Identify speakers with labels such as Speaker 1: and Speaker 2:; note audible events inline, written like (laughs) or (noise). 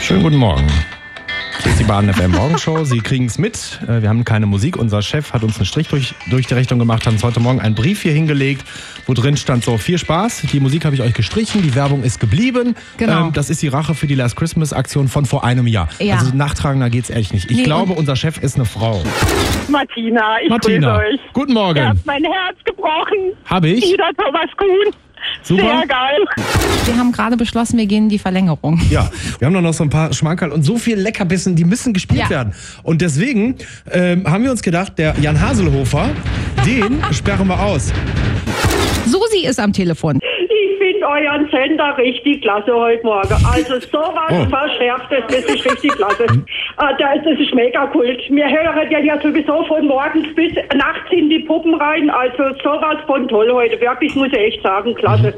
Speaker 1: Schönen guten Morgen. Hier ist die Baden FM Morgenshow. Sie kriegen es mit. Äh, Wir haben keine Musik. Unser Chef hat uns einen Strich durch, durch die Rechnung gemacht, hat uns heute Morgen einen Brief hier hingelegt, wo drin stand so, viel Spaß. Die Musik habe ich euch gestrichen, die Werbung ist geblieben. Ähm,
Speaker 2: Genau.
Speaker 1: das ist die Rache für die Last Christmas Aktion von vor einem Jahr.
Speaker 2: Ja.
Speaker 1: Also nachtragender geht's echt nicht. Ich
Speaker 2: Nee,
Speaker 1: glaube, unser Chef ist eine Frau.
Speaker 3: Martina, ich
Speaker 1: Martina.
Speaker 3: grüße euch.
Speaker 1: Guten Morgen.
Speaker 3: Ihr habt mein Herz gebrochen.
Speaker 1: Hab ich?
Speaker 3: Ida Thomas Kuhn.
Speaker 1: Super.
Speaker 3: Sehr geil.
Speaker 2: Wir haben gerade beschlossen, wir gehen in die Verlängerung.
Speaker 1: Ja, wir haben doch noch so ein paar Schmankerl und so viel Leckerbissen, die müssen gespielt
Speaker 2: Ja.
Speaker 1: werden. Und deswegen ähm, haben wir uns gedacht, der Jan Haselhofer, den (laughs) sperren wir aus.
Speaker 2: Susi ist am Telefon.
Speaker 3: Ich finde euren Sender richtig klasse heute Morgen. Also sowas
Speaker 1: Oh. Hm.
Speaker 3: Verschärftes, das ist richtig klasse. Ah, da- Das ist mega cool. Wir hören ja, ja sowieso von morgens bis nachts in die Puppen rein. Also sowas von toll heute. Wirklich, muss ich echt sagen, klasse.